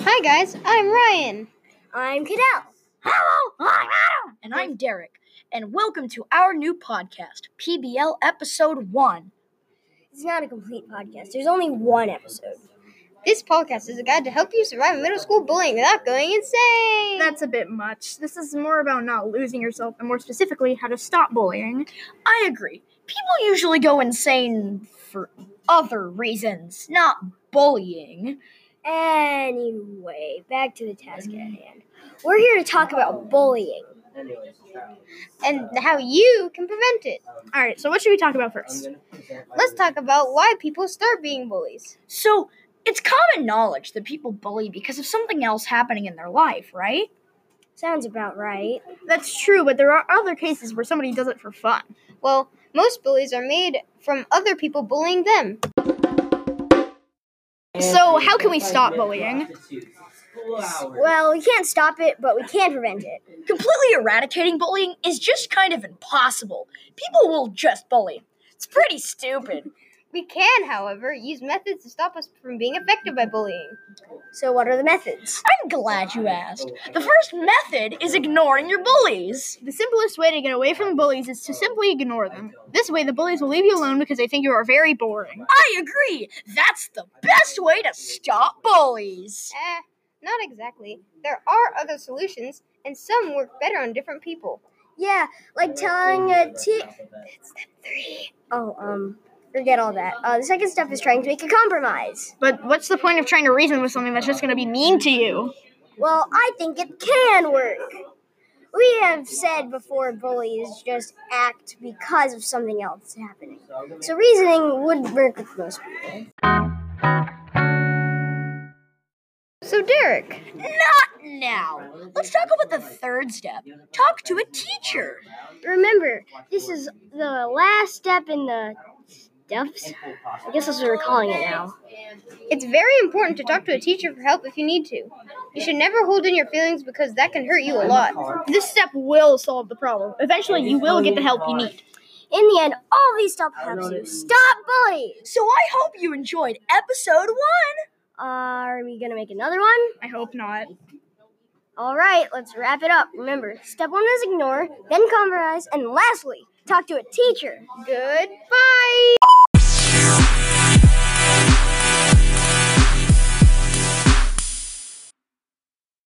Hi guys, I'm Ryan. I'm Cadell. Hello, I'm Adam. And I'm Derek. And welcome to our new podcast, PBL Episode 1. It's not a complete podcast. There's only one episode. This podcast is a guide to help you survive middle school bullying without going insane. That's a bit much. This is more about not losing yourself and more specifically how to stop bullying. I agree. People usually go insane for other reasons, not bullying. Anyway, back to the task at hand. We're here to talk about bullying. and how you can prevent it. All right, so what should we talk about first? Let's talk about why people start being bullies. So, it's common knowledge that people bully because of something else happening in their life, right? Sounds about right. That's true, but there are other cases where somebody does it for fun. Well, most bullies are made from other people bullying them. So, how can we stop bullying? Well, we can't stop it, but we can prevent it. Completely eradicating bullying is just kind of impossible. People will just bully. It's pretty stupid. We can, however, use methods to stop us from being affected by bullying. So, what are the methods? I'm glad you asked. The first method is ignoring your bullies. The simplest way to get away from bullies is to simply ignore them. This way, the bullies will leave you alone because they think you are very boring. I agree. That's the best way to stop bullies. Eh, not exactly. There are other solutions, and some work better on different people. Yeah, like telling a t- Oh, um, forget all that. Uh, the second step is trying to make a compromise. But what's the point of trying to reason with something that's just going to be mean to you? Well, I think it can work. We have said before bullies just act because of something else happening. So reasoning would work with most people. So, Derek, Not now. Let's talk about the third step. Talk to a teacher. Remember, this is the last step in the steps. I guess that's what we're calling it now. it's very important to talk to a teacher for help if you need to. You should never hold in your feelings because that can hurt you a lot. This step will solve the problem. Eventually, you will get the help you need. In the end, all these steps helps you stop bullying. So I hope you enjoyed episode one. Are we gonna make another one? I hope not. All right, let's wrap it up. Remember, step one is ignore, then compromise, and lastly, talk to a teacher. Goodbye!